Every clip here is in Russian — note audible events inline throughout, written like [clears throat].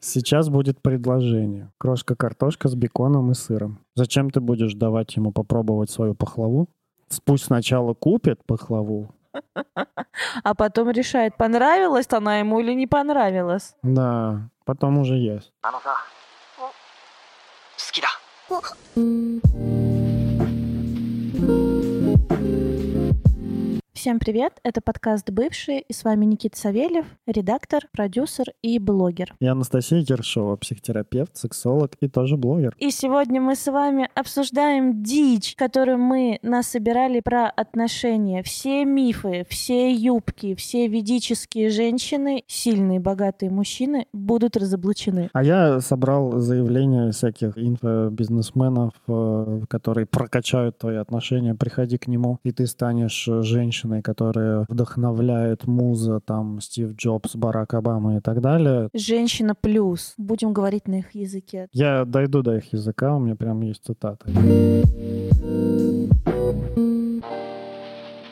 Сейчас будет предложение. Крошка-картошка с беконом и сыром. Зачем ты будешь давать ему попробовать свою пахлаву? Пусть сначала купит пахлаву. А потом решает, понравилась она ему или не понравилась. Да, потом уже ест. あのさ好きだうん。 Всем привет, это подкаст «Бывшие» и с вами Никита Савельев, редактор, продюсер и блогер. Я Анастасия Ершова, психотерапевт, сексолог и тоже блогер. И сегодня мы с вами обсуждаем дичь, которую мы насобирали про отношения. Все мифы, все юбки, все ведические женщины, сильные богатые мужчины будут разоблачены. А я собрал заявления всяких инфобизнесменов, э, которые прокачают твои отношения. Приходи к нему, и ты станешь э, женщиной, которая вдохновляет муза, там, Стив Джобс, Барак Обама и так далее. Женщина плюс. Будем говорить на их языке. Я дойду до их языка, у меня прям есть цитаты.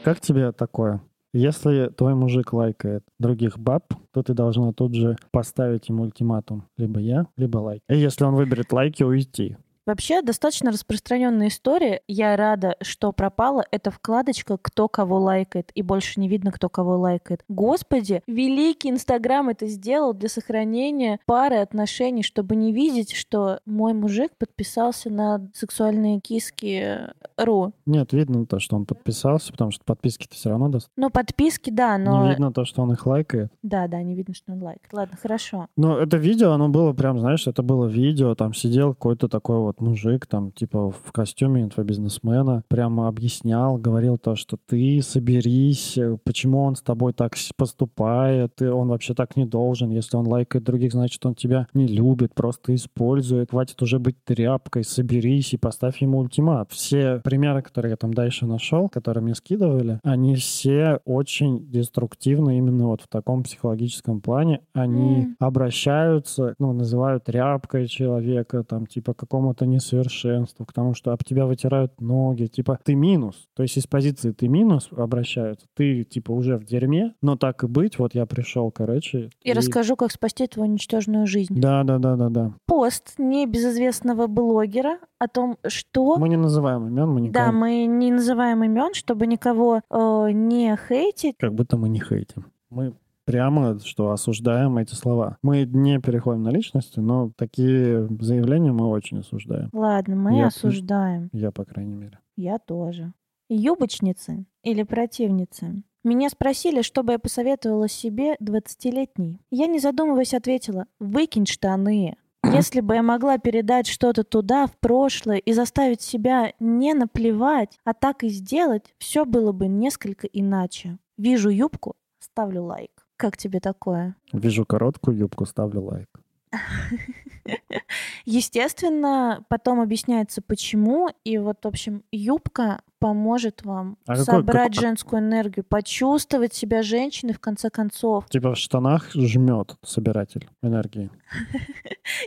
Как тебе такое? Если твой мужик лайкает других баб, то ты должна тут же поставить ему ультиматум. Либо я, либо лайк. И если он выберет лайки, уйти. Вообще, достаточно распространенная история. Я рада, что пропала. Это вкладочка «Кто кого лайкает» и больше не видно, кто кого лайкает. Господи, великий Инстаграм это сделал для сохранения пары отношений, чтобы не видеть, что мой мужик подписался на сексуальные киски э, Ру. Нет, видно то, что он подписался, потому что подписки-то все равно даст. Ну, подписки, да, Не но... видно то, что он их лайкает. Да, да, не видно, что он лайкает. Ладно, хорошо. Ну, это видео, оно было прям, знаешь, это было видео, там сидел какой-то такой вот мужик, там, типа, в костюме инфобизнесмена, прямо объяснял, говорил то, что ты соберись, э, почему он с тобой так с- поступает, и он вообще так не должен, если он лайкает других, значит, он тебя не любит, просто использует, хватит уже быть тряпкой, соберись и поставь ему ультимат. Все примеры, которые я там дальше нашел, которые мне скидывали, они все очень деструктивны именно вот в таком психологическом плане. Они М. обращаются, ну, называют тряпкой человека, там, типа, к какому-то несовершенству, к тому, что об тебя вытирают ноги, типа, ты минус. То есть из позиции ты минус обращаются, ты, типа, уже в дерьме, но так и быть, вот я пришел, короче. И, расскажу, как спасти твою ничтожную жизнь. Да, да, да, да, да. Пост небезызвестного блогера о том, что... Мы не называем имен, мы никого Да, мы не называем имен, чтобы никого э, не хейтить. как будто мы не хейтим. Мы прямо, что осуждаем эти слова. Мы не переходим на личности, но такие заявления мы очень осуждаем. Ладно, мы Я- осуждаем. Я, по крайней мере. Я тоже. Юбочницы или противницы? Меня спросили, что бы я посоветовала себе 20-летней. Я, не задумываясь, ответила, [clears throat] выкинь штаны. Если бы я могла передать что-то туда, в прошлое, и заставить себя не наплевать, а так и сделать, все было бы несколько иначе. Вижу юбку, ставлю лайк. Как тебе такое? Вижу короткую юбку, ставлю лайк. Естественно, потом объясняется, почему. И вот, в общем, юбка поможет вам А какой- собрать какой- женскую энергию, почувствовать себя женщиной в конце концов. Типа в штанах жмет собиратель энергии.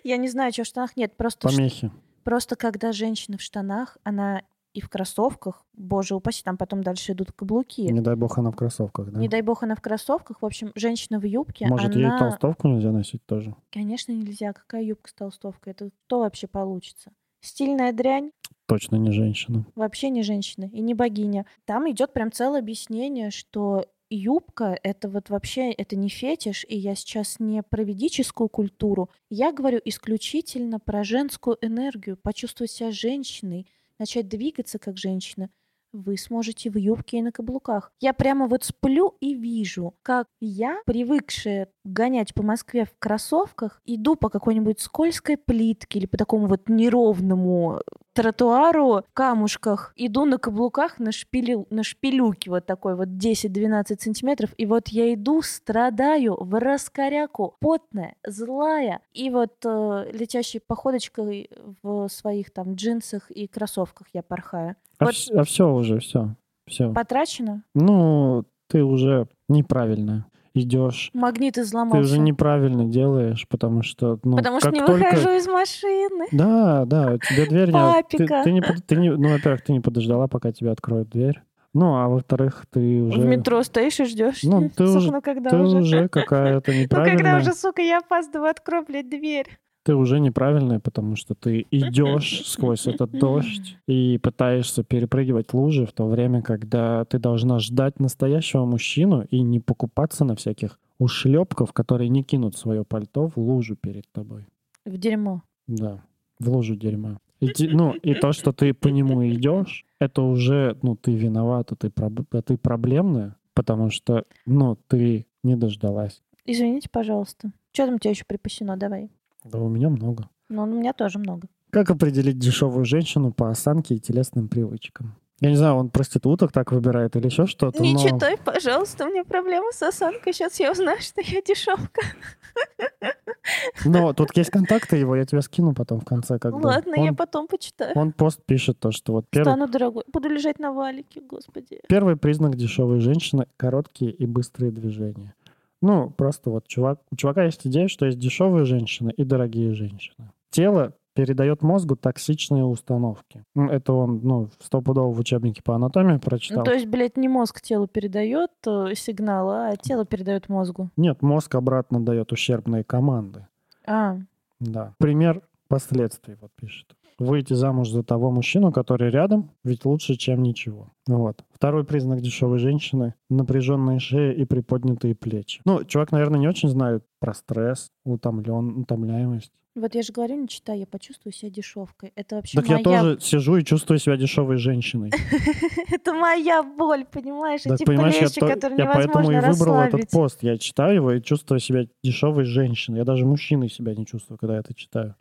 Я не знаю, что в штанах нет. Просто, ш- Помехи. просто когда женщина в штанах, она и в кроссовках, боже упаси, там потом дальше идут каблуки. Не дай бог она в кроссовках, да? Не дай бог она в кроссовках. В общем, женщина в юбке, Может, она... ей толстовку нельзя носить тоже? Конечно, нельзя. Какая юбка с толстовкой? Это кто вообще получится? Стильная дрянь? Точно не женщина. вообще не женщина и не богиня. Там идет прям целое объяснение, что юбка — это вот вообще это не фетиш, и я сейчас не про ведическую культуру. Я говорю исключительно про женскую энергию, почувствовать себя женщиной, начать двигаться как женщина. Вы сможете в юбке и на каблуках. Я прямо вот сплю и вижу, как я, привыкшая гонять по Москве в кроссовках, иду по какой-нибудь скользкой плитке или по такому вот неровному тротуару в камушках, иду на каблуках на, шпилю, на шпилюке вот такой вот 10-12 сантиметров, и вот я иду, страдаю в раскоряку, потная, злая, и вот э, летящей походочкой в своих там джинсах и кроссовках я порхаю. А, Вот- все уже, все. Все. Потрачено? Ну, ты уже неправильно идешь. Магнит Ты изломался. уже неправильно делаешь, потому что... Ну, Потому что как не только- выхожу из машины. Да, да, тебе дверь не... Ты, Папика. ты не, под- ты не- ну, во-первых, ты не подождала, пока тебе откроют дверь. Ну, а во-вторых, ты уже... В метро стоишь и ждешь. Ну, ты Сука, уже- ну когда Ты уже? уже какая-то [laughs] Ну неправильная. когда уже, сука, я опаздываю, открой, блядь, дверь. Ты уже неправильная, потому что ты идешь сквозь этот дождь и пытаешься перепрыгивать лужи в то время, когда ты должна ждать настоящего мужчину и не покупаться на всяких ушлепков, которые не кинут свое пальто в лужу перед тобой. В дерьмо. Да, в лужу дерьма. И ти- ну, и то, что ты по нему идешь, это уже, ну, ты виновата, ты, проб- ты проблемная, потому что, ну, ты не дождалась. Извините, пожалуйста. Что там у тебя еще припасено? Давай. Да у меня много. Ну, у меня тоже много. Как определить дешевую женщину по осанке и телесным привычкам? Я не знаю, он проституток так выбирает или еще что-то, Не но... читай, пожалуйста, у меня проблемы с осанкой. Сейчас я узнаю, что я дешевка. но тут есть контакты его, я тебе скину потом в конце, когда... Ладно, он, я потом почитаю. он пост пишет то, что вот первый, Стану дорогой. Буду лежать на валике, господи. первый признак дешевой женщины — короткие и быстрые движения. Ну, просто вот чувак, у чувака есть идея, что есть дешевые женщины и дорогие женщины. Тело передает мозгу токсичные установки. Ну, Это он, ну, стопудово в учебнике по анатомии прочитал. Ну, то есть, блядь, не мозг телу передает э, сигнал, а тело передает мозгу. Нет, мозг обратно дает ущербные команды. А, Да. Пример последствий, вот пишет. Выйти замуж за того мужчину, который рядом, ведь лучше, чем ничего. Вот. Второй признак дешевой женщины — напряженная шея и приподнятые плечи. Ну, чувак, наверное, не очень знает про стресс, утомлен, утомляемость. вот я же говорю, не читай, я почувствую себя дешевкой. Это вообще так моя... я тоже сижу и чувствую себя дешевой женщиной. [laughs] Это моя боль, понимаешь? Так, Эти понимаешь, я, плечи, то- которые я Типа невозможно поэтому и выбрал этот расслабить. пост. Я читаю его и чувствую себя дешевой женщиной. Я даже мужчиной себя не чувствую, когда я это читаю.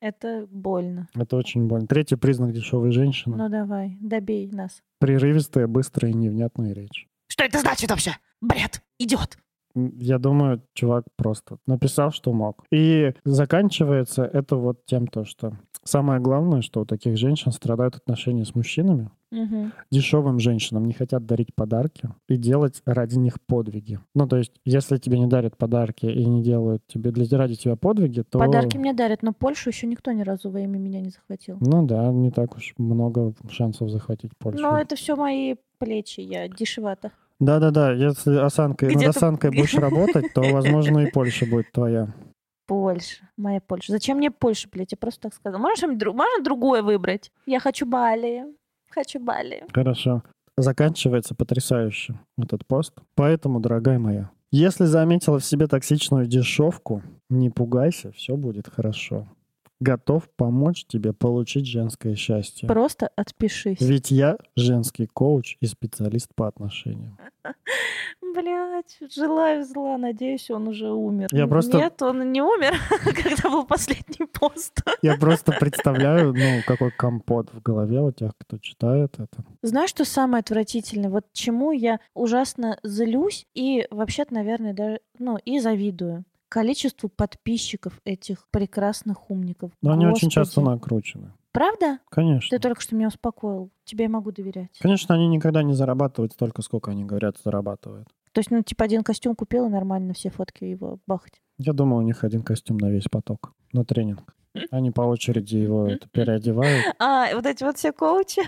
Это больно. Это очень больно. Третий признак дешевой женщины Ну давай, добей нас. прерывистая, быстрая и невнятная речь. Что это значит вообще? Бред! Идиот! М, Я думаю, чувак просто написал, что мог. И заканчивается это вот тем, то, что самое главное, что у таких женщин страдают отношения с мужчинами. Мгм. Дешевым женщинам не хотят дарить подарки и делать ради них подвиги. Ну, то есть, если тебе не дарят подарки и не делают тебе для, ради тебя подвиги, то... Подарки мне дарят, но Польшу еще никто ни разу во имя меня не захватил. Ну да, не так уж много шансов захватить Польшу. Но это все мои плечи, я дешевата. Да-да-да, если осанкой, над Где-то- осанкой будешь работать, то, возможно, и Польша будет твоя. Польша, моя Польша. Зачем мне Польша, блядь? Я просто так сказала. Можно, что-нибудь дру- можно другое выбрать? Я хочу Бали. Хочу Бали. Хорошо. Заканчивается потрясающе этот пост. Поэтому, дорогая моя, если заметила в себе токсичную дешевку, не пугайся, все будет хорошо. Готов помочь тебе получить женское счастье. Просто отпишись. Ведь я женский коуч и специалист по отношениям. Блять, желаю зла, надеюсь, он уже умер. Я просто- Нет, он не умер, [laughs] когда был последний пост. Я просто представляю, ну, какой компот в голове у тех, кто читает это. Знаешь, что самое отвратительное? Вот чему я ужасно злюсь и вообще-то, наверное, даже, ну, и завидую. Количеству подписчиков этих прекрасных умников. Но они очень часто Господи. накручены. Правда? Конечно. Ты только что меня успокоил. Тебе я могу доверять. Конечно, они никогда не зарабатывают столько, сколько они говорят, зарабатывают. То есть, ну, типа, один костюм купил и нормально все фотки его бахать. Я думаю, у них один костюм на весь поток, на тренинг. Они по очереди его это переодевают. А, вот эти вот все коучи.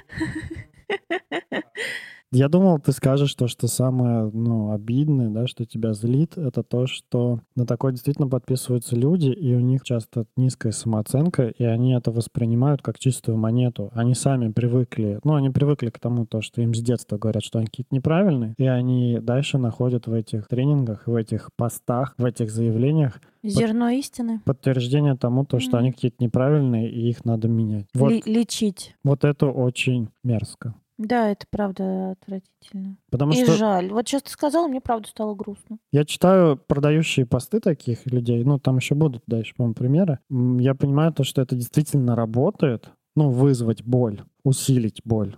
Я думал, ты скажешь то, что самое ну, обидное, да, что тебя злит, это то, что на такое действительно подписываются люди, и у них часто низкая самооценка, и они это воспринимают как чистую монету. Они сами привыкли, ну, они привыкли к тому, то, что им с детства говорят, что они какие-то неправильные, и они дальше находят в этих тренингах, в этих постах, в этих заявлениях Зерно истины. подтверждение тому, то, что Мгм. они какие-то неправильные, и их надо менять. Вот, Ле- лечить. вот это очень мерзко. Да, это правда отвратительно. Потому и Ну что жаль. Вот сейчас ты сказала, мне правда стало грустно. я читаю продающие посты таких людей, ну, там еще будут дальше, по-моему, примеры. М, Я понимаю то, что это действительно работает, ну, вызвать боль, усилить боль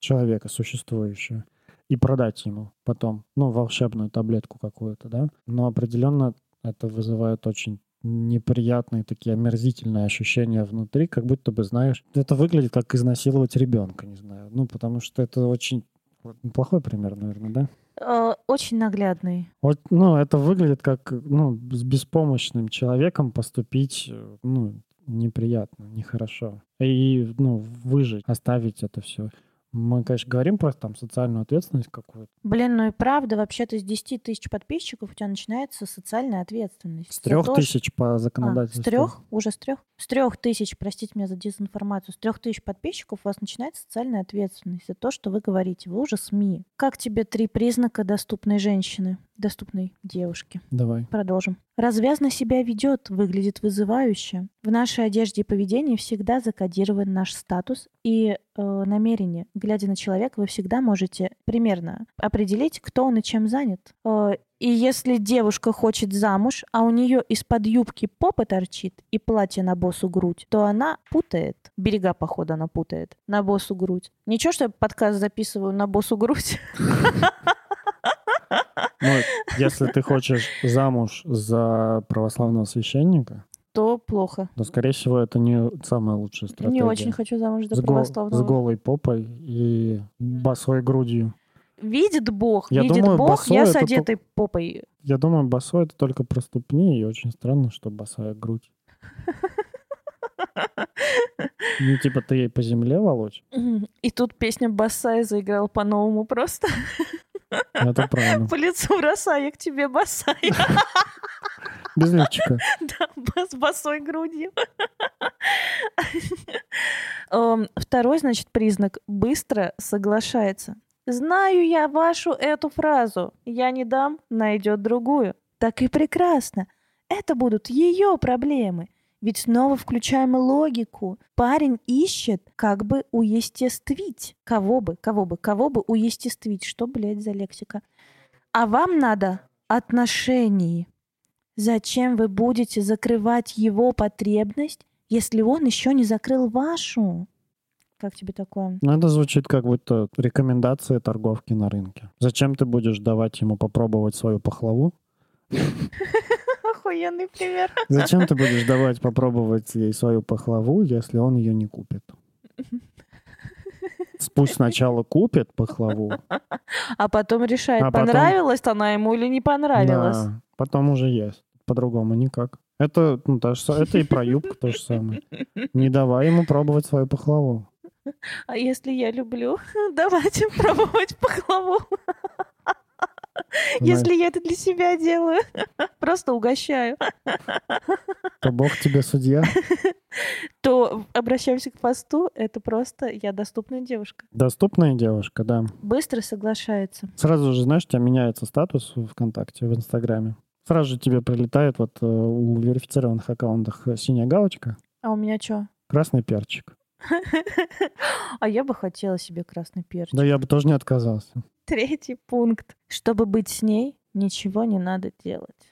человека существующего и продать ему потом, ну, волшебную таблетку какую-то, да. Но определенно это вызывает очень неприятные такие омерзительные ощущения внутри, как будто бы, знаешь, это выглядит как изнасиловать ребенка, не знаю. Ну, потому что это очень вот, плохой пример, наверное, да? Э, Очень наглядный. Вот, ну, это выглядит как, ну, с беспомощным человеком поступить, э, ну, неприятно, нехорошо. И, ну, выжить, оставить это все. Мы, конечно, говорим про там социальную ответственность какую-то. Блин, ну и правда, вообще-то с 10 тысяч подписчиков у тебя начинается социальная ответственность. С За трех то, что- тысяч по А, законодательству. с трех? Уже с трех? С трех тысяч, простите меня за дезинформацию, с трех тысяч подписчиков у вас начинается социальная ответственность за то, что вы говорите. Вы уже СМИ. Как тебе три признака доступной женщины, доступной девушки? Давай. Продолжим. Развязно себя ведет, выглядит вызывающе. В нашей одежде и поведении всегда закодирован наш статус и э, намерение. Глядя на человека, вы всегда можете примерно определить, кто он и чем занят. Э, и если девушка хочет замуж, а у нее из-под юбки попа торчит и платье на босу грудь, то она путает. Берега, походу, она путает. На босу грудь. Ничего, что я подкаст записываю на босу грудь? [laughs] Ну, если ты хочешь замуж за православного священника, То плохо. то, скорее всего, это не самая лучшая стратегия. Не очень хочу замуж за С, гол- с православного. голой попой и босой грудью. Видит Бог, Я видит думаю, Бог, босой я с это то- одетой попой. Я думаю, босой это только про ступни, и очень странно, что босая грудь. Ну, типа, ты ей по земле волочь? Мгм. И тут песня Басая заиграла по-новому просто. [laughs] Это правильно. По лицу бросаю я к тебе Басая. Без лифчика. Да, ба- [laughs] с босой грудью. Эм, Второй, значит, признак. Быстро соглашается. Знаю я вашу эту фразу. Я не дам, найдет другую. Так и прекрасно. Это будут ее проблемы. Ведь снова включаем логику. Парень ищет, как бы уестествить. Кого бы, кого бы, кого бы уестествить. Что, блядь, за лексика? А вам надо отношений. Зачем вы будете закрывать его потребность, если он еще не закрыл вашу? Как тебе такое? Ну, это звучит как будто рекомендации торговки на рынке. Зачем ты будешь давать ему попробовать свою пахлаву? [laughs] Охуенный пример. Зачем ты будешь давать попробовать ей свою пахлаву, если он ее не купит? Пусть сначала купит пахлаву, А потом решает, А потом- понравилась она ему или не понравилась. Да, потом уже есть. По-другому никак. Это, ну, та же са- это и про юбку то же самое. Не давай ему пробовать свою пахлаву. А если я люблю, [laughs] давайте пробовать [laughs] пахлаву, Знаешь, если я это для себя делаю. [laughs] Просто угощаю. То бог тебе судья. То обращаемся к посту, это просто я доступная девушка. Доступная девушка, да. Быстро соглашается. Сразу же, знаешь, у тебя меняется статус в ВКонтакте, в Инстаграме. Сразу же тебе прилетает вот э, у верифицированных аккаунтах э, синяя галочка, А у меня что? красный перчик. А я бы хотела себе красный перчик. Да я бы тоже не отказался. Третий пункт. Чтобы быть с ней, ничего не надо делать.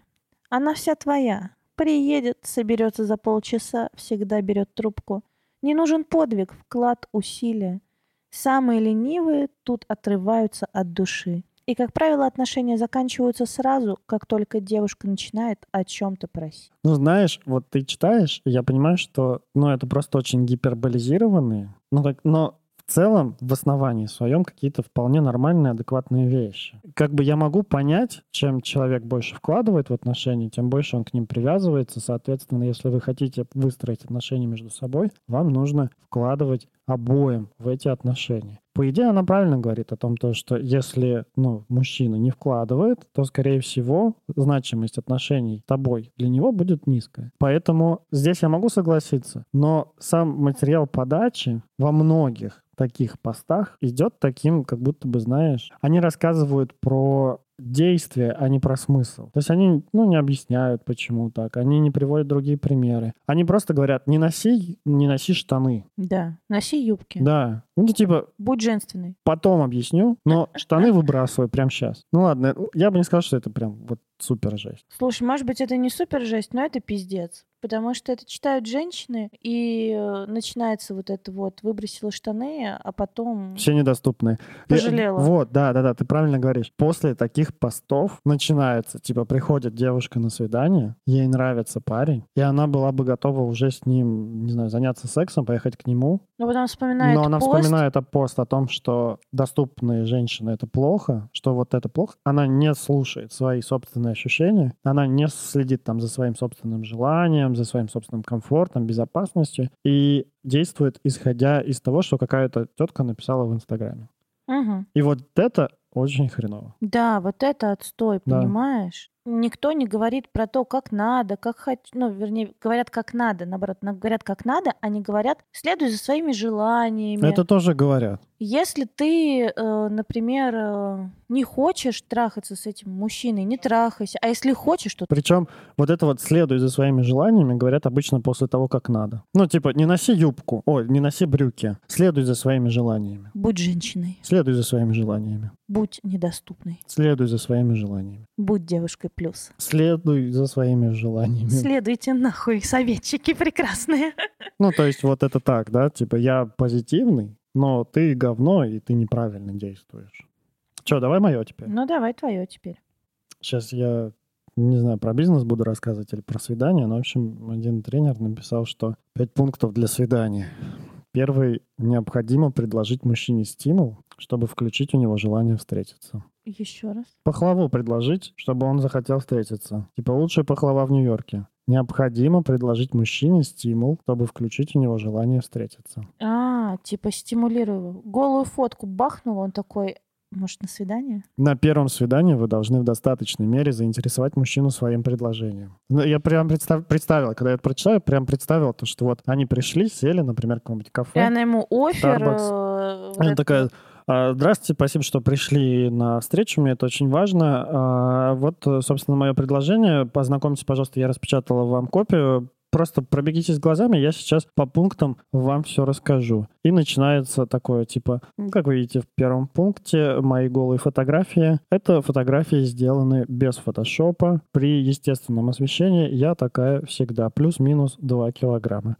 Она вся твоя. Приедет, соберется за полчаса, всегда берет трубку. Не нужен подвиг, вклад, усилия. Самые ленивые тут отрываются от души. И, как правило, отношения заканчиваются сразу, как только девушка начинает о чем-то просить. Ну, знаешь, вот ты читаешь, и я понимаю, что, ну, это просто очень гиперболизированные, ну, так, но в целом, в основании своем, какие-то вполне нормальные, адекватные вещи. Как бы я могу понять, чем человек больше вкладывает в отношения, тем больше он к ним привязывается. Соответственно, если вы хотите выстроить отношения между собой, вам нужно вкладывать обоим в эти отношения. По идее, она правильно говорит о том, то, что если ну, мужчина не вкладывает, то, скорее всего, значимость отношений тобой для него будет низкая. Поэтому здесь я могу согласиться, но сам материал подачи во многих таких постах идет таким, как будто бы, знаешь, они рассказывают про действие, а не про смысл. То есть они, ну, не объясняют, почему так, они не приводят другие примеры. Они просто говорят, не носи, не носи штаны. Да, носи юбки. Да. Ну, ты типа, Будь женственной. Потом объясню, но штаны выбрасывай прямо сейчас. Ну ладно, я бы не сказал, что это прям вот супер жесть. Слушай, может быть, это не супер жесть, но это пиздец. Потому что это читают женщины, и э, начинается вот это вот выбросила штаны, а потом... Все недоступные. И- Пожалела. вот, да, да, да, ты правильно говоришь. После таких постов начинается, типа, приходит девушка на свидание, ей нравится парень, и она была бы готова уже с ним, не знаю, заняться сексом, поехать к нему, Но потом Ну, вспоминает Но она пост. вспоминает о пост о том, что доступные женщины это плохо, что вот это плохо. Она не слушает свои собственные ощущения, она не следит там за своим собственным желанием, временем, за своим собственным комфортом, безопасностью и действует исходя из того, что какая-то тетка написала в Инстаграме. Мгм. И вот это очень хреново. Да, вот это отстой, Да. понимаешь? Никто не говорит про то, как надо, как хоть, ну, вернее, говорят, как надо, наоборот, на- говорят, как надо, а не говорят, следуй за своими желаниями. Это тоже говорят. Если ты, э, например, э, не хочешь трахаться с этим мужчиной, не трахайся. А если хочешь, то Причем вот это вот «следуй за своими желаниями» говорят обычно после того, как надо. Ну, типа, не носи юбку, ой, не носи брюки, следуй за своими желаниями. будь женщиной, Следуй за своими желаниями. будь недоступной, Следуй за своими желаниями. будь девушкой [laughs] плюс. Следуй за своими желаниями. Следуйте нахуй, [laughs] советчики прекрасные. Ну, то есть вот это так, да? Типа я позитивный, но ты говно, и ты неправильно действуешь. Че, давай мое теперь. Ну давай твое теперь. Сейчас я не знаю, про бизнес буду рассказывать или про свидание, но, в общем, один тренер написал, что пять пунктов для свидания. Первый — необходимо предложить мужчине стимул, чтобы включить у него желание встретиться. Еще раз. Пахлаву предложить, чтобы он захотел встретиться. Типа лучшая пахлава в Нью-Йорке. Необходимо предложить мужчине стимул, чтобы включить у него желание встретиться. А, типа стимулирую. Голую фотку бахнула, он такой, может, на свидание? На первом свидании вы должны в достаточной мере заинтересовать мужчину своим предложением. Ну, я прям представ- представила, когда я это прочитаю, прям представила то, что вот они пришли, сели, например, в каком-нибудь И кафе. она ему офер. э, вот Она это- такая, «А, здравствуйте, спасибо, что пришли на встречу, мне это очень важно. А, Вот, э, собственно, мое предложение. Познакомьтесь, пожалуйста, я распечатала вам копию. Просто пробегитесь глазами, я сейчас по пунктам вам все расскажу. И начинается такое, типа, ну, как вы видите в первом пункте, мои голые фотографии. Это фотографии сделаны без фотошопа, при естественном освещении. Я такая всегда, плюс-минус 2 килограмма.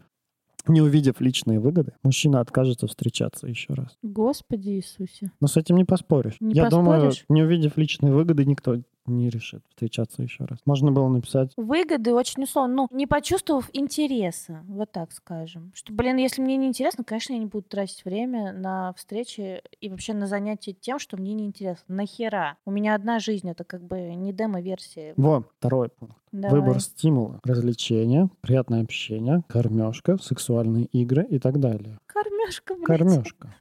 Не увидев личные выгоды, мужчина откажется встречаться еще раз. Господи Иисусе. Но с этим не поспоришь. Не Я думаю, поспоришь? не увидев личные выгоды, никто не решит встречаться еще раз. Можно было написать. Выгоды очень условно. Ну, не почувствовав интереса, вот так скажем. Что, блин, если мне не интересно, конечно, я не буду тратить время на встречи и вообще на занятия тем, что мне не интересно. Нахера? У меня одна жизнь, это как бы не демо-версия. Во, второй пункт. Давай. Выбор стимула. Развлечения, приятное общение, кормежка, сексуальные игры и так далее. Кормежка, блядь. [laughs] Кормежка.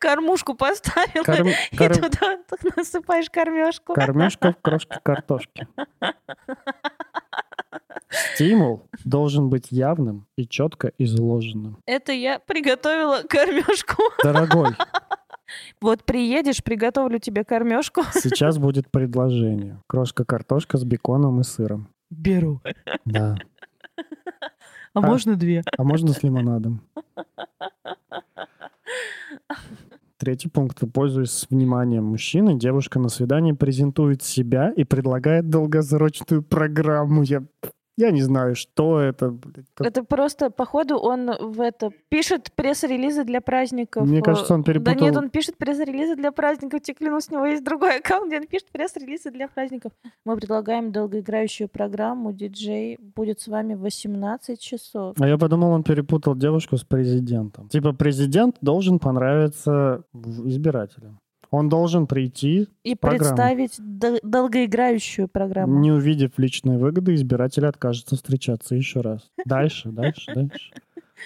Кормушку поставила Корм- [laughs] и корм- туда так насыпаешь кормежку. Кормежка в крошке картошки. [laughs] Стимул должен быть явным и четко изложенным. Это я приготовила кормежку. Дорогой, [laughs] Вот приедешь, приготовлю тебе кормежку. сейчас будет предложение. Крошка картошка с беконом и сыром. Беру. Да. А, можно две? А можно с [laughs] лимонадом? Третий пункт. Пользуясь вниманием мужчины, девушка на свидании презентует себя и предлагает долгосрочную программу. Я, я не знаю, что это. блядь, как- Это просто, походу, он в это пишет пресс-релизы для праздников. Мне э, кажется, он Да нет, перепутал. он пишет пресс-релизы для праздников. Тебе клянусь, у него есть другой аккаунт, где он пишет пресс-релизы для праздников. Мы предлагаем долгоиграющую программу. Диджей будет с вами в 18 часов. А я подумал, он перепутал девушку с президентом. Типа президент должен понравиться в- избирателям. Он должен прийти, И Программу. представить дол- долгоиграющую программу. не увидев личной выгоды, избиратель откажется встречаться еще раз. Дальше, дальше, дальше.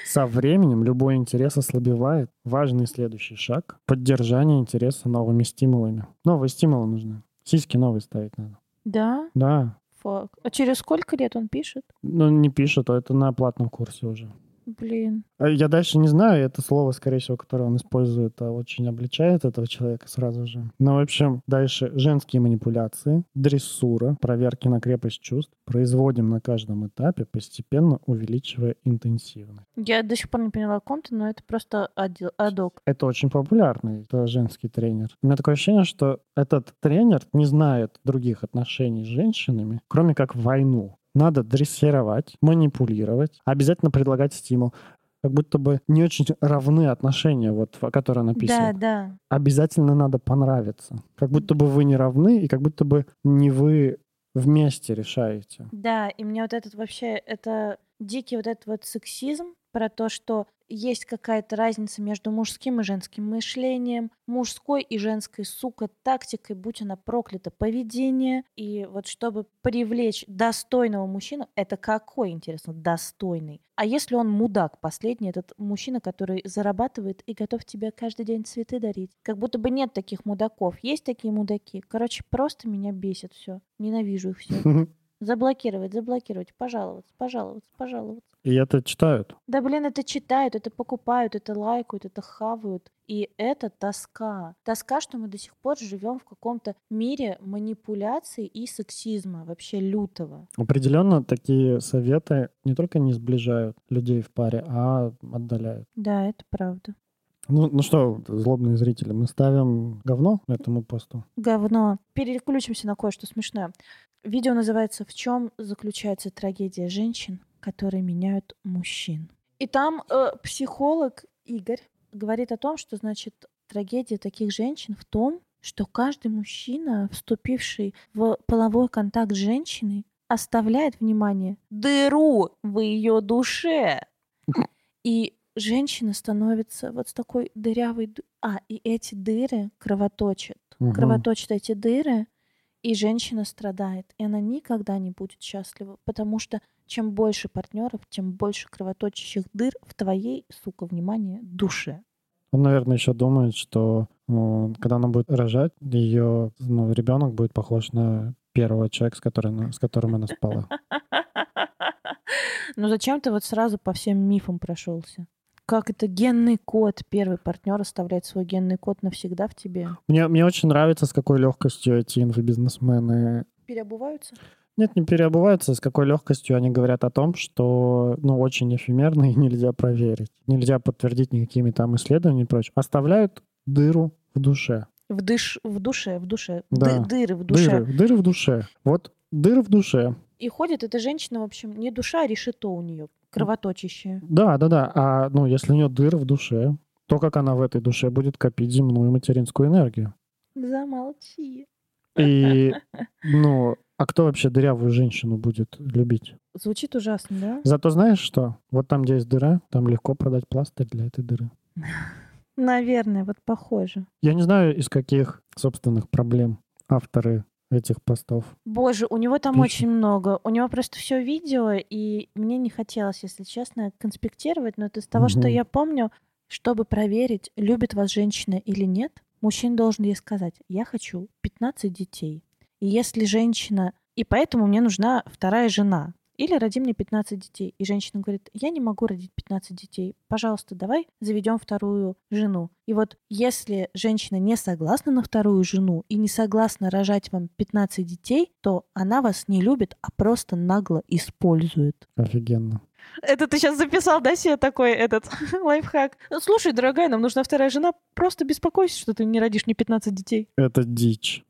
Со временем любой интерес ослабевает. Важный следующий шаг — поддержание интереса новыми стимулами. Новые стимулы нужны. Сиськи новые ставить надо. Да? Да. Фак. А через сколько лет он пишет? Но не пишет, а это на платном курсе уже. Блин. А Я дальше не знаю, это слово, скорее всего, которое он использует, а очень обличает этого человека сразу же. Но, в общем, дальше женские манипуляции, дрессура, проверки на крепость чувств производим на каждом этапе, постепенно увеличивая интенсивность. Я до сих пор не поняла, о ком ты, но это просто адил- адок. Это очень популярный это женский тренер. У меня такое ощущение, что этот тренер не знает других отношений с женщинами, кроме как войну. Надо дрессировать, манипулировать, обязательно предлагать стимул. Как будто бы не очень равны отношения, вот, в- которые написаны. Да, да. обязательно надо понравиться. Как будто бы вы не равны, и как будто бы не вы вместе решаете. [laughs] Да, и мне вот этот вообще, это дикий вот этот вот сексизм, про то, что есть какая-то разница между мужским и женским мышлением, мужской и женской, сука, тактикой, будь она проклята, поведение. И вот чтобы привлечь достойного мужчину, это какой, интересно, достойный? А если он мудак, последний, этот мужчина, который зарабатывает и готов тебе каждый день цветы дарить? Как будто бы нет таких мудаков. Есть такие мудаки. Короче, просто меня бесит все. Ненавижу их все. Заблокировать, заблокировать, пожаловаться, пожаловаться, пожаловаться. И это читают. Да блин, это читают, это покупают, это лайкают, это хавают. И это тоска. Тоска, что мы до сих пор живем в каком-то мире манипуляций и сексизма вообще лютого. Определенно такие советы не только не сближают людей в паре, а отдаляют. Да, это правда. Ну, ну что, злобные зрители, мы ставим говно этому посту? Говно. Переключимся на кое-что смешное. Видео называется «В чем заключается трагедия женщин, которые меняют мужчин?» И там э, психолог Игорь говорит о том, что, значит, трагедия таких женщин в том, что каждый мужчина, вступивший в половой контакт с женщиной, оставляет, внимание, дыру в ее душе. И женщина становится вот с такой дырявой... ду- А, и эти дыры кровоточат. Мгм. Кровоточат эти дыры, и женщина страдает. И она никогда не будет счастлива, потому что чем больше партнеров, тем больше кровоточащих дыр в твоей, сука, внимание, душе. Он, наверное, еще думает, что ну, когда она будет рожать, ее ну, ребенок будет похож на первого человека, с, которой она- с которым она спала. [laughs] Ну зачем ты вот сразу по всем мифам прошелся? Как это генный код? Первый партнер оставляет свой генный код навсегда в тебе. Мне, мне очень нравится, с какой легкостью эти инфобизнесмены Переобуваются? Нет, не переобуваются, с какой легкостью они говорят о том, что ну, очень эфемерно и нельзя проверить. Нельзя подтвердить никакими там исследованиями и прочее. Оставляют дыру в душе. В, дыш... в душе, в душе. Да. Ды- Дыры в душе. Дыры, дыры в душе. Вот дыры в душе. И ходит эта женщина, в общем, не душа, а решето у нее кровоточащее. Да, да, да. А ну, если у нее дыры в душе, то как она в этой душе будет копить земную материнскую энергию? Замолчи. И, ну, а кто вообще дырявую женщину будет любить? Звучит ужасно, да? Зато знаешь что? Вот там, где есть дыра, там легко продать пластырь для этой дыры. Наверное, вот похоже. Я не знаю, из каких собственных проблем авторы этих постов. Боже, у него там Отлично. очень много. У него просто все видео, и мне не хотелось, если честно, конспектировать, но это из того, что Мгм. я помню, чтобы проверить, любит вас женщина или нет, мужчина должен ей сказать, я хочу 15 детей. И если женщина... И поэтому мне нужна вторая жена. Или роди мне 15 детей. И женщина говорит, я не могу родить 15 детей. Пожалуйста, давай заведем вторую жену. И вот если женщина не согласна на вторую жену и не согласна рожать вам 15 детей, то она вас не любит, а просто нагло использует. Офигенно. Это ты сейчас записал, да, себе такой этот [laughs] лайфхак? Ну, Слушай, дорогая, нам нужна вторая жена. Просто беспокойся, что ты не родишь мне 15 детей. Это дичь.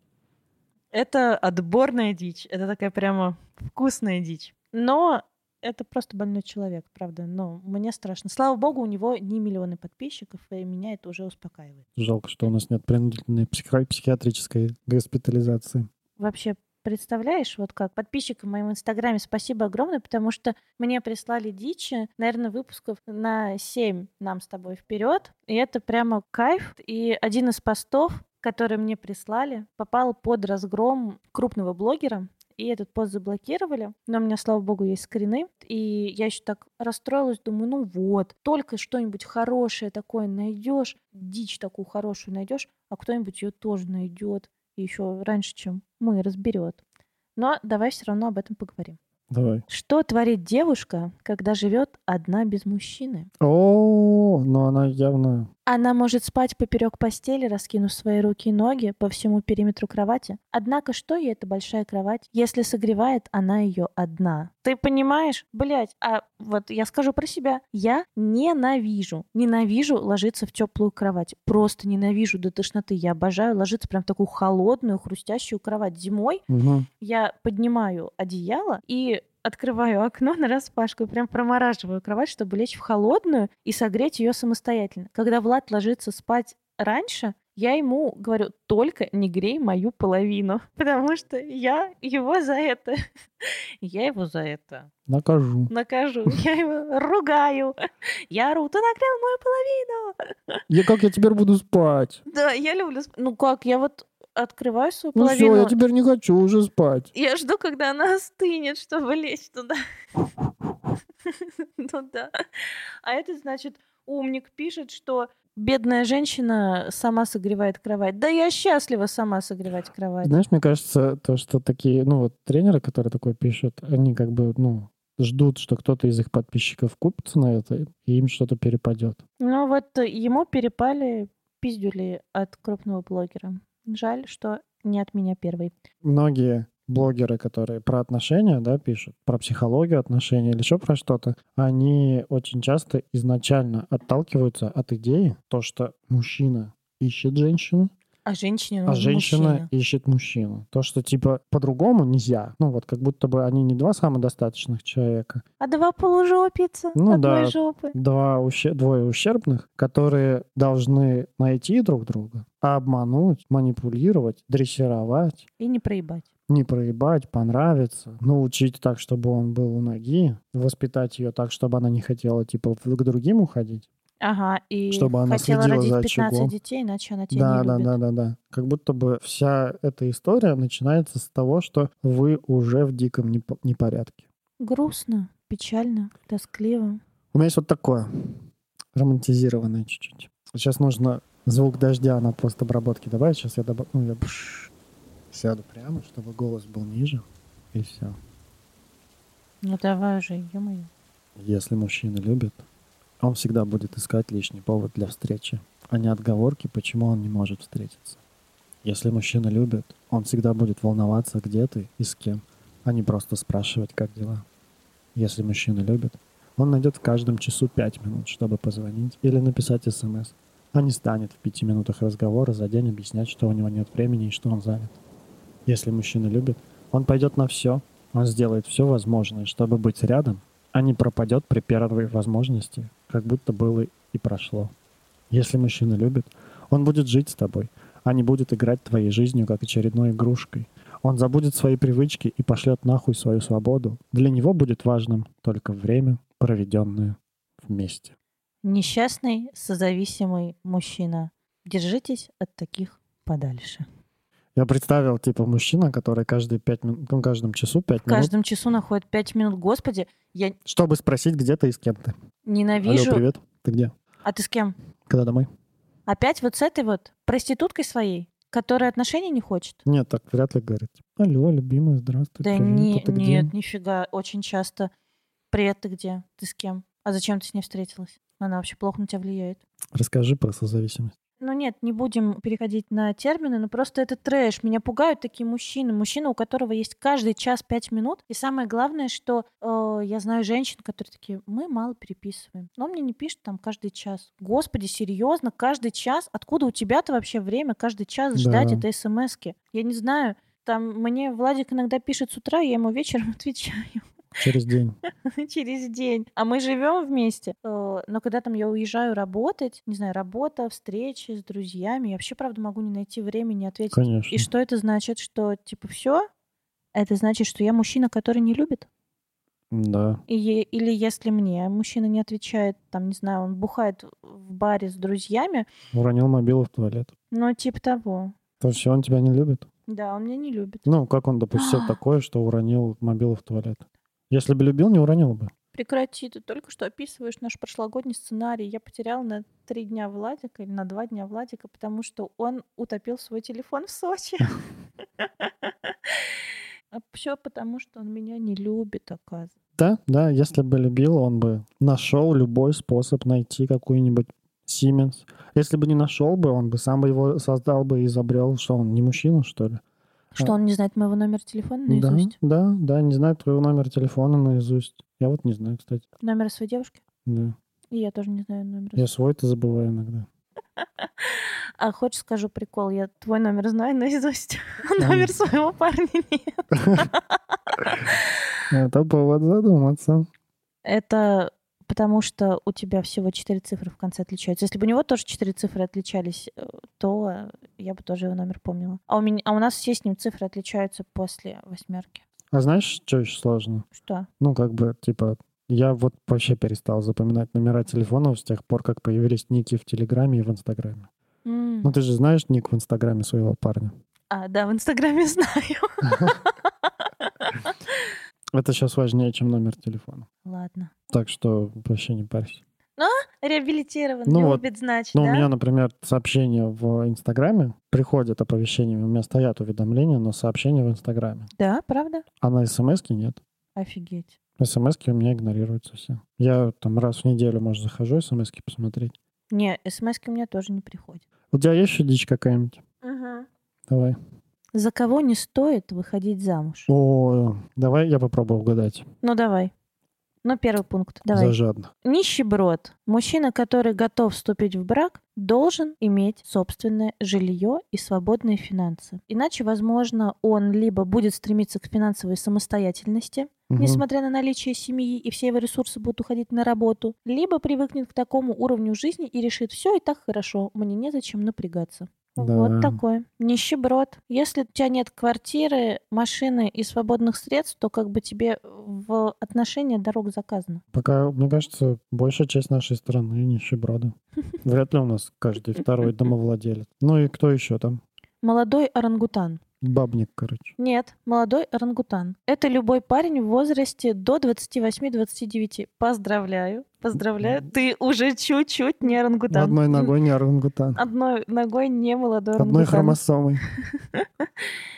Это отборная дичь. Это такая прямо вкусная дичь. Но это просто больной человек, правда. Но мне страшно. Слава богу, у него не миллионы подписчиков, и меня это уже успокаивает. Жалко, что у нас нет принудительной психо- психиатрической госпитализации. Вообще, представляешь, вот как подписчикам в моем инстаграме спасибо огромное, потому что мне прислали дичи, наверное, выпусков на 7 нам с тобой вперед. И это прямо кайф. И один из постов, который мне прислали, попал под разгром крупного блогера. И этот пост заблокировали. Но у меня, слава богу, есть скрины. И я еще так расстроилась, думаю, ну вот, только что-нибудь хорошее такое найдешь, дичь такую хорошую найдешь, а кто-нибудь ее тоже найдет еще раньше, чем мы, разберет. Но давай все равно об этом поговорим. Давай. Что творит девушка, когда живет одна без мужчины? О, но она явно... Она может спать поперек постели, раскинув свои руки и ноги по всему периметру кровати. Однако, что ей эта большая кровать, если согревает она ее одна? Ты понимаешь? Блять, а вот я скажу про себя. Я ненавижу, ненавижу ложиться в теплую кровать. Просто ненавижу до тошноты. Я обожаю ложиться прям в такую холодную, хрустящую кровать. Зимой Мгм. я поднимаю одеяло и открываю окно на распашку, прям промораживаю кровать, чтобы лечь в холодную и согреть ее самостоятельно. Когда Влад ложится спать раньше, Я ему говорю, только не грей мою половину, [laughs] потому что я его за это, [laughs] я его за это Накажу. накажу, [laughs] я его ругаю, [laughs] я ору, ты нагрел мою половину. [laughs] Я как я теперь буду спать? Да, я люблю... сп- Ну как, я вот открываю свою Ну все, половину, я теперь не хочу уже спать. я жду, когда она остынет, чтобы лечь туда. [laughs] Ну да. А это значит, умник пишет, что бедная женщина сама согревает кровать. Да я счастлива сама согревать кровать. Знаешь, мне кажется, то, что такие, ну вот тренеры, которые такое пишут, они как бы, ну, ждут, что кто-то из их подписчиков купится на это, и им что-то перепадет. Ну вот э, ему перепали пиздюли от крупного блогера. Жаль, что не от меня первый. многие блогеры, которые про отношения, да, пишут, про психологию отношений или еще про что-то, они очень часто изначально отталкиваются от идеи, то, что мужчина ищет женщину, А женщине а женщина ищет мужчину. То, что типа по-другому нельзя. Ну вот как будто бы они не два самодостаточных человека, А два полужопица Ну одной да. жопы. два уще- двое ущербных, которые должны найти друг друга, а обмануть, манипулировать, дрессировать, И не проебать. не проебать, понравиться, научить так, чтобы он был у ноги, воспитать ее так, чтобы она не хотела, типа, в- к другим уходить. Ага, и Чтобы она хотела следила родить за 15 очагом. детей, иначе она тебя Да, не да, любит. да, да, да. Как будто бы вся эта история начинается с того, что вы уже в диком непо- непорядке. Грустно, печально, тоскливо. У меня есть вот такое, романтизированное чуть-чуть. Сейчас нужно звук дождя на постобработке добавить. Сейчас я добавлю, ну, я пш- сяду прямо, чтобы голос был ниже, и все. Ну давай уже, ё-моё. Если мужчина любит, он всегда будет искать лишний повод для встречи, а не отговорки, почему он не может встретиться. Если мужчина любит, он всегда будет волноваться, где ты и с кем, а не просто спрашивать, как дела. Если мужчина любит, он найдет в каждом часу пять минут, чтобы позвонить или написать смс, а не станет в пяти минутах разговора за день объяснять, что у него нет времени и что он занят. Если мужчина любит, он пойдет на все, он сделает все возможное, чтобы быть рядом, а не пропадет при первой возможности, как будто было и прошло. Если мужчина любит, он будет жить с тобой, а не будет играть твоей жизнью как очередной игрушкой. Он забудет свои привычки и пошлет нахуй свою свободу. Для него будет важным только время, проведенное вместе. Несчастный, созависимый мужчина. Держитесь от таких подальше. Я представил, типа, мужчина, который каждые пять минут, ну, каждом часу пять В минут, каждом часу находит 5 минут. Господи, я чтобы спросить, где ты и с кем ты. Алло, ненавижу. привет, ты где? а ты с кем? Когда домой? Опять вот с этой вот проституткой своей, которая отношений не хочет? Нет, так вряд ли говорит. Алло, любимая, здравствуй, да привет, не- а ты где? нет, нифига. Очень часто. Привет, ты где? Ты с кем? А зачем ты с ней встретилась? Она вообще плохо на тебя влияет. Расскажи про созависимость. Ну нет, не будем переходить на термины, но просто это трэш. Меня пугают такие мужчины. Мужчина, у которого есть каждый час пять минут. И самое главное, что э, я знаю женщин, которые такие, мы мало переписываем. Но он мне не пишет там каждый час. Господи, серьезно, каждый час? Откуда у тебя-то вообще время каждый час ждать Да. этой смс -ки? Я не знаю. Там мне Владик иногда пишет с утра, я ему вечером [laughs] отвечаю Через день. через день. А мы живем вместе. Э, Но когда там я уезжаю работать, не знаю, работа, встречи с друзьями, я вообще, правда, могу не найти времени ответить. Конечно. [laughs] И что это значит? Что, типа, все? Это значит, что я мужчина, который не любит? Да. И е- или если мне мужчина не отвечает, там, не знаю, он бухает в баре с друзьями, Уронил мобилу в туалет. ну, типа того. То есть он тебя не любит? Да, он меня не любит. Ну, как он [gasps] допустил такое, что уронил мобилу в туалет? Если бы любил, не уронил бы. Прекрати, ты только что описываешь наш прошлогодний сценарий. Я потеряла на три дня Владика или на два дня Владика, потому что он утопил свой телефон в Сочи. Все потому, что он меня не любит, оказывается. Да, да, если бы любил, он бы нашел любой способ найти какую-нибудь Сименс. Если бы не нашел бы, он бы сам бы его создал бы и изобрел, что он не мужчина, что ли? Что он не знает моего номера телефона А. Ну да, наизусть? да, да, не знаю твоего номера телефона наизусть. Я вот не знаю, кстати. Номера своей девушки? Да. И я тоже не знаю номера. Я свой-то забываю иногда. А хочешь скажу прикол? Я твой номер знаю наизусть, [laughs] а номер своего парня нет. Это повод задуматься. Это потому что у тебя всего четыре цифры в конце отличаются. Если бы у него тоже четыре цифры отличались, э, то э, я бы тоже его номер помнила. А у, меня, а у нас все с ним цифры отличаются после восьмерки. А знаешь, что еще сложно? Что? Ну, как бы, типа, я вот вообще перестал запоминать номера телефонов с тех пор, как появились ники в Телеграме и в Инстаграме. М. Ну, ты же знаешь ник в Инстаграме своего парня? А, да, в Инстаграме [laughs] знаю. Это сейчас важнее, чем номер телефона. Ладно. Так что вообще не парься. Реабилитирован, Ну не вот. любит, значит, Ну, да? у меня, например, сообщения в Инстаграме приходят оповещениями, у меня стоят уведомления, но сообщения в Инстаграме. Да, правда? А на смс нет. Офигеть. смс у меня игнорируются все. Я там раз в неделю, может, захожу смс посмотреть. Не, смс ки мне тоже не приходят. У тебя есть еще дичь какая-нибудь? Давай. За кого не стоит выходить замуж? Ну. О, давай я попробую угадать. Ну, давай. Ну, первый пункт. Давай. За жадно. Нищеброд. Мужчина, который готов вступить в брак, должен иметь собственное жилье и свободные финансы. Иначе, возможно, он либо будет стремиться к финансовой самостоятельности, Мгм. несмотря на наличие семьи, и все его ресурсы будут уходить на работу, либо привыкнет к такому уровню жизни и решит, все и так хорошо, мне незачем напрягаться. Да. Вот такой. Нищеброд. Если у тебя нет квартиры, машины и свободных средств, то как бы тебе в отношения дорог заказано. Пока, мне кажется, большая часть нашей страны [laughs] нищеброды. Вряд ли у нас каждый второй домовладелец. Ну и кто еще там? Молодой орангутан. Бабник, короче. Нет, молодой орангутан. Это любой парень в возрасте до 28-29. Поздравляю, поздравляю. Ты уже чуть-чуть не орангутан. Одной ногой не орангутан. Одной ногой не молодой Одной орангутан. хромосомой.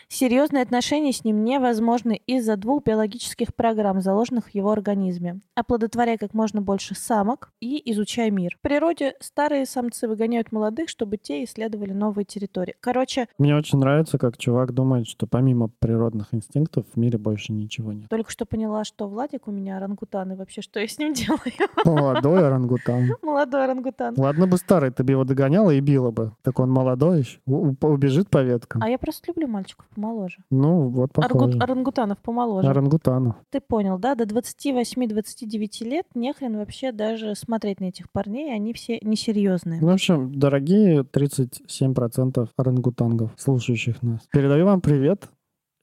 Серьезные отношения с ним невозможны из-за двух биологических программ, заложенных в его организме. Оплодотворяй как можно больше самок и изучай мир. В природе старые самцы выгоняют молодых, чтобы те исследовали новые территории. Короче, Мне очень нравится, как чувак думает, что помимо природных инстинктов в мире больше ничего [laughs] нет. только что поняла, что Владик у меня орангутан, и вообще, что я с ним [laughs] делаю? Молодой орангутан. Молодой орангутан. Ладно бы старый, ты бы его догоняла и била бы. Так он молодой еще. У- у- Убежит по веткам. А я просто люблю мальчиков помоложе. Ну, вот Аргут- похоже. орангутанов помоложе. Орангутану. Ты понял, да? До 28-29 лет нехрен вообще даже смотреть на этих парней, они все несерьезные. Ну, в общем, дорогие 37% орангутангов, слушающих нас. Передаю вам привет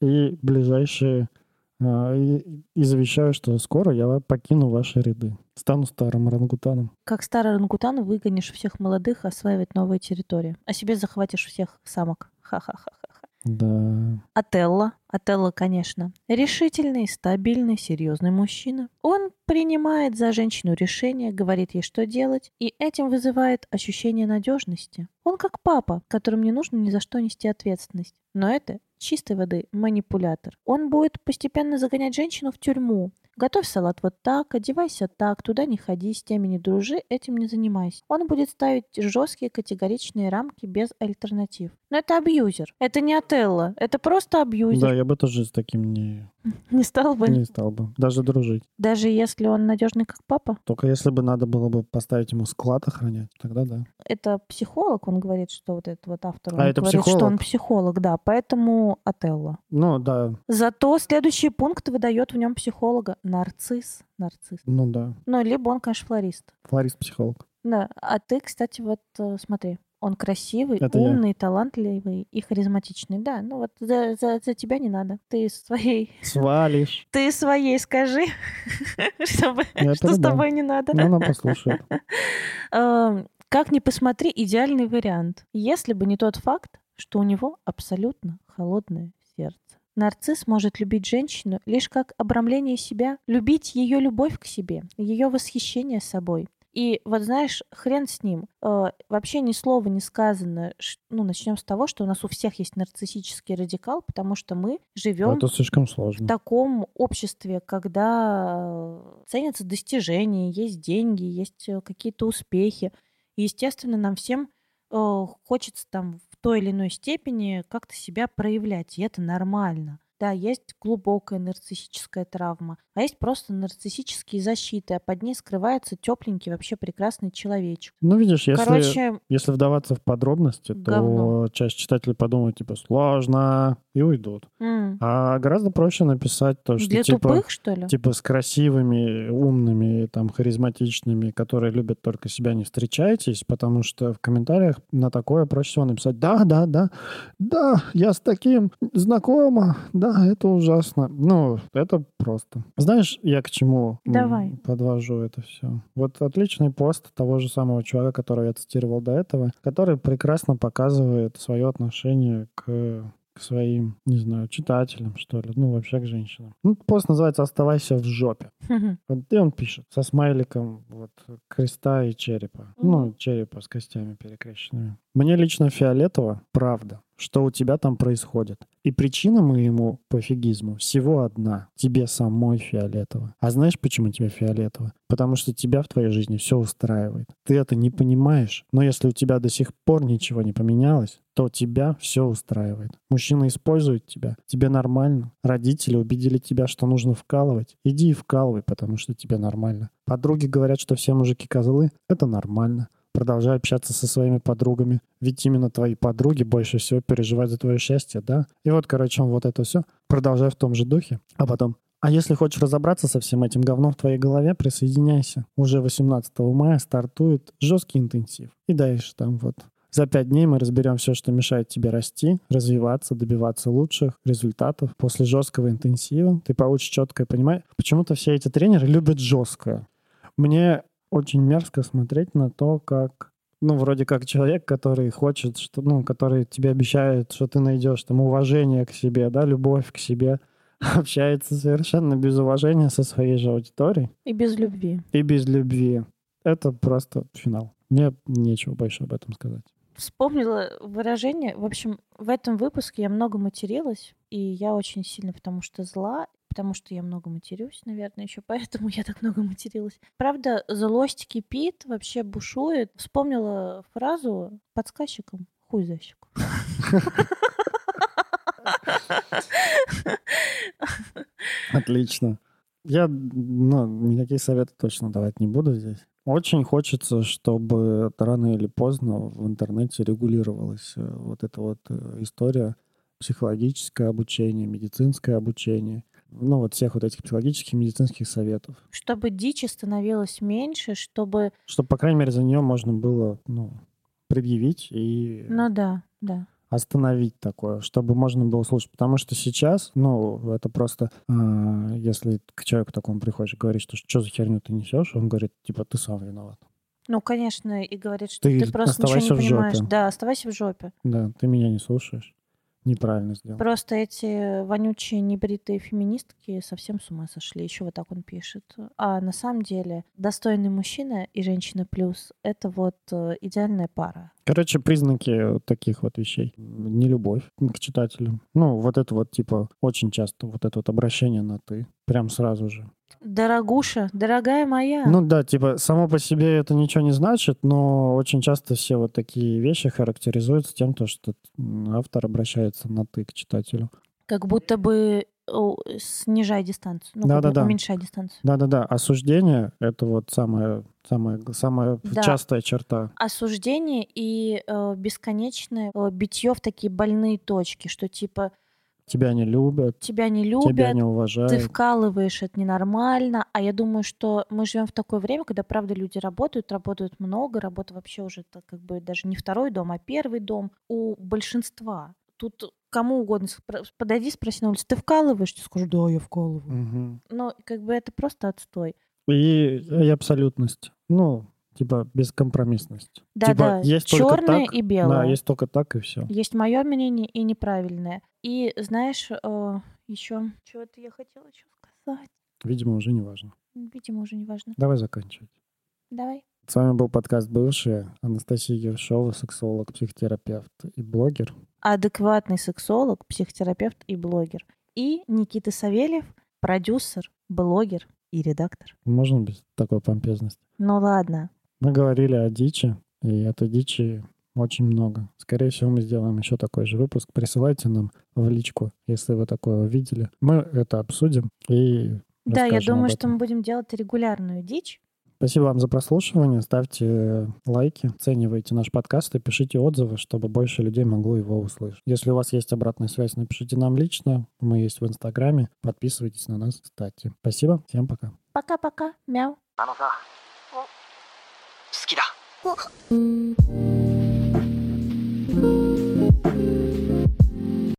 и ближайшие... а, И, и завещаю, что скоро я ва- покину ваши ряды. Стану старым орангутаном. Как старый рангутан выгонишь всех молодых осваивать новые территории, а себе захватишь всех самок. Ха-ха-ха-ха. Да. Отелло. Отелло, конечно. Решительный, стабильный, серьезный мужчина. Он принимает за женщину решение, говорит ей, что делать, и этим вызывает ощущение надежности. Он как папа, которому не нужно ни за что нести ответственность. Но это чистой воды манипулятор. Он будет постепенно загонять женщину в тюрьму. Готовь салат вот так, одевайся так, туда не ходи, с теми не дружи, этим не занимайся. Он будет ставить жесткие категоричные рамки без альтернатив. Но это абьюзер. Это не Отелло. Это просто абьюзер. Да, я бы тоже с таким не, [laughs] Не стал бы. не стал бы. Даже дружить. Даже если он надежный как папа, Только если бы надо было бы поставить ему склад охранять, тогда да. это психолог, он говорит, что вот этот вот автор, А, он это говорит, что он психолог? психолог, да, поэтому Отелло. Ну, да. Зато следующий пункт выдает в нем психолога. Нарцисс. Нарцисс. Ну, да. Ну, либо он, конечно, флорист. Флорист-психолог. Да. А ты, кстати, вот э, смотри, он красивый, Это я. умный, талантливый и харизматичный. Да, ну вот за, за- за тебя не надо. Ты своей, [laughs] Свалишь. ты своей скажи, [laughs] чтобы- Это что с да. тобой не надо. Ну, она послушает. Эм, Как ни посмотри, идеальный вариант. Если бы не тот факт, что у него абсолютно холодное сердце. Нарцисс может любить женщину лишь как обрамление себя, любить ее любовь к себе, ее восхищение собой. И вот знаешь, хрен с ним. Э, вообще ни слова не сказано. Ш- Ну, начнем с того, что у нас у всех есть нарциссический радикал, потому что мы живем Это слишком в сложно. таком обществе, когда э, ценятся достижения, есть деньги, есть э, какие-то успехи. И, естественно, нам всем э, хочется там в той или иной степени как-то себя проявлять, и это нормально. Да, есть глубокая нарциссическая травма, а есть просто нарциссические защиты, а под ней скрывается тепленький, вообще прекрасный человечек. Ну, видишь, если, Короче, если вдаваться в подробности, Говно. то часть читателей подумает, типа, сложно, и уйдут. М. А гораздо проще написать то, что Для типа... тупых, что ли? Типа с красивыми, умными, там, харизматичными, которые любят только себя, не встречайтесь, потому что в комментариях на такое проще всего написать «Да, да, да, да, я с таким знакома, да, это ужасно». Ну, это просто. Знаешь, я к чему м, Давай. подвожу это все? Вот отличный пост того же самого чувака, которого я цитировал до этого, который прекрасно показывает свое отношение к к своим, не знаю, читателям, что ли, ну, вообще к женщинам. Ну, пост называется «Оставайся в жопе». Мгм. Вот, и он пишет со смайликом вот креста и черепа. Ну, черепа с костями перекрещенными. Мне лично фиолетово, правда, что у тебя там происходит. И причина моему пофигизму всего одна. Тебе самой фиолетово. А знаешь, почему тебе фиолетово? Потому что тебя в твоей жизни все устраивает. Ты это не понимаешь. Но если у тебя до сих пор ничего не поменялось, то тебя все устраивает. Мужчина использует тебя. Тебе нормально. Родители убедили тебя, что нужно вкалывать. Иди и вкалывай, потому что тебе нормально. Подруги говорят, что все мужики козлы. Это нормально. Продолжай общаться со своими подругами. Ведь именно твои подруги больше всего переживают за твое счастье, да? И вот, короче, он вот это все. Продолжай в том же духе. А потом, а если хочешь разобраться со всем этим говном в твоей голове, присоединяйся. Уже 18 мая стартует жесткий интенсив. И дальше там вот за пять дней мы разберем все, что мешает тебе расти, развиваться, добиваться лучших результатов. После жесткого интенсива ты получишь четкое понимание. Почему-то все эти тренеры любят жесткое. Мне очень мерзко смотреть на то, как ну, вроде как человек, который хочет, что, ну, который тебе обещает, что ты найдешь там уважение к себе, да, любовь к себе, [laughs] общается совершенно без уважения со своей же аудиторией [laughs] И без любви. и без любви. Это просто финал. Мне нечего больше об этом сказать. Вспомнила выражение. В общем, в этом выпуске я много материлась, и я очень сильно, потому что зла, потому что я много матерюсь, наверное, еще поэтому я так много материлась. Правда, злость кипит, вообще бушует. Вспомнила фразу подсказчиком хуй защик. Отлично. Я ну, никакие советы точно давать не буду здесь. Очень хочется, чтобы рано или поздно в интернете регулировалась э, вот эта вот э, история психологическое обучение, медицинское обучение, ну вот всех вот этих психологических и медицинских советов, Чтобы дичи становилось меньше, чтобы... чтобы, по крайней мере, за нее можно было ну, предъявить и Ну да, да. остановить такое, чтобы можно было слушать. Потому что сейчас, ну, это просто, а, если к человеку такому приходишь и говоришь, что что за херню ты несешь, он говорит, типа, ты сам виноват. Ну, конечно, и говорит, что ты, Ты просто ничего не оставайся в понимаешь. жопе. Да, оставайся в жопе. Да, ты меня не слушаешь. Неправильно сделал. Просто эти вонючие небритые феминистки совсем с ума сошли. Еще вот так он пишет. А на самом деле достойный мужчина и женщина плюс — это вот э, идеальная пара. Короче, признаки таких вот вещей. Нелюбовь к читателям. Ну, вот это вот, типа, очень часто вот это вот обращение на «ты». Прям сразу же. Дорогуша, дорогая моя. Ну да, типа, само по себе это ничего не значит, но очень часто все вот такие вещи характеризуются тем, то, что м, автор обращается на «ты» к читателю. Как будто бы о, снижай дистанцию. Ну, как бы Да-да-да. уменьшай дистанцию. Да-да-да, осуждение — это вот самая, самая, самая Да. частая черта. Осуждение и э, бесконечное э, битье в такие больные точки, что типа Тебя не любят, тебя не любят, тебя не Ты уважают. вкалываешь, это ненормально. А я думаю, что мы живем в такое время, когда, правда, люди работают, работают много, работа вообще уже так как бы даже не второй дом, а первый дом у большинства. Тут кому угодно спро- подойди, спроси на улице, ты вкалываешь? Ты скажешь, да, я вкалываю. Мгм. Но как бы это просто отстой. И, и абсолютность. Ну, типа бескомпромиссность. типа, Да-да, есть только черное так, и белое. Да, есть есть только так и все. мое мнение и неправильное. И знаешь, э, еще чего-то я хотела еще сказать. Видимо, уже не важно. Видимо, уже не важно. Давай заканчивать. Давай. С вами был подкаст «Бывшие». Анастасия Ершова, сексолог, психотерапевт и блогер. адекватный сексолог, психотерапевт и блогер. И Никита Савельев, продюсер, блогер и редактор. Можно без такой помпезности? Ну ладно, Мы говорили о дичи, и этой дичи очень много. Скорее всего, мы сделаем еще такой же выпуск. Присылайте нам в личку, если вы такое увидели. Мы это обсудим и да, я расскажем думаю, об что этом. мы будем делать регулярную дичь. Спасибо вам за прослушивание. Ставьте лайки, оценивайте наш подкаст и пишите отзывы, чтобы больше людей могло его услышать. Если у вас есть обратная связь, напишите нам лично. Мы есть в Инстаграме. Подписывайтесь на нас, кстати. Спасибо. Всем пока. Пока-пока. Мяу. あのさ好きだうん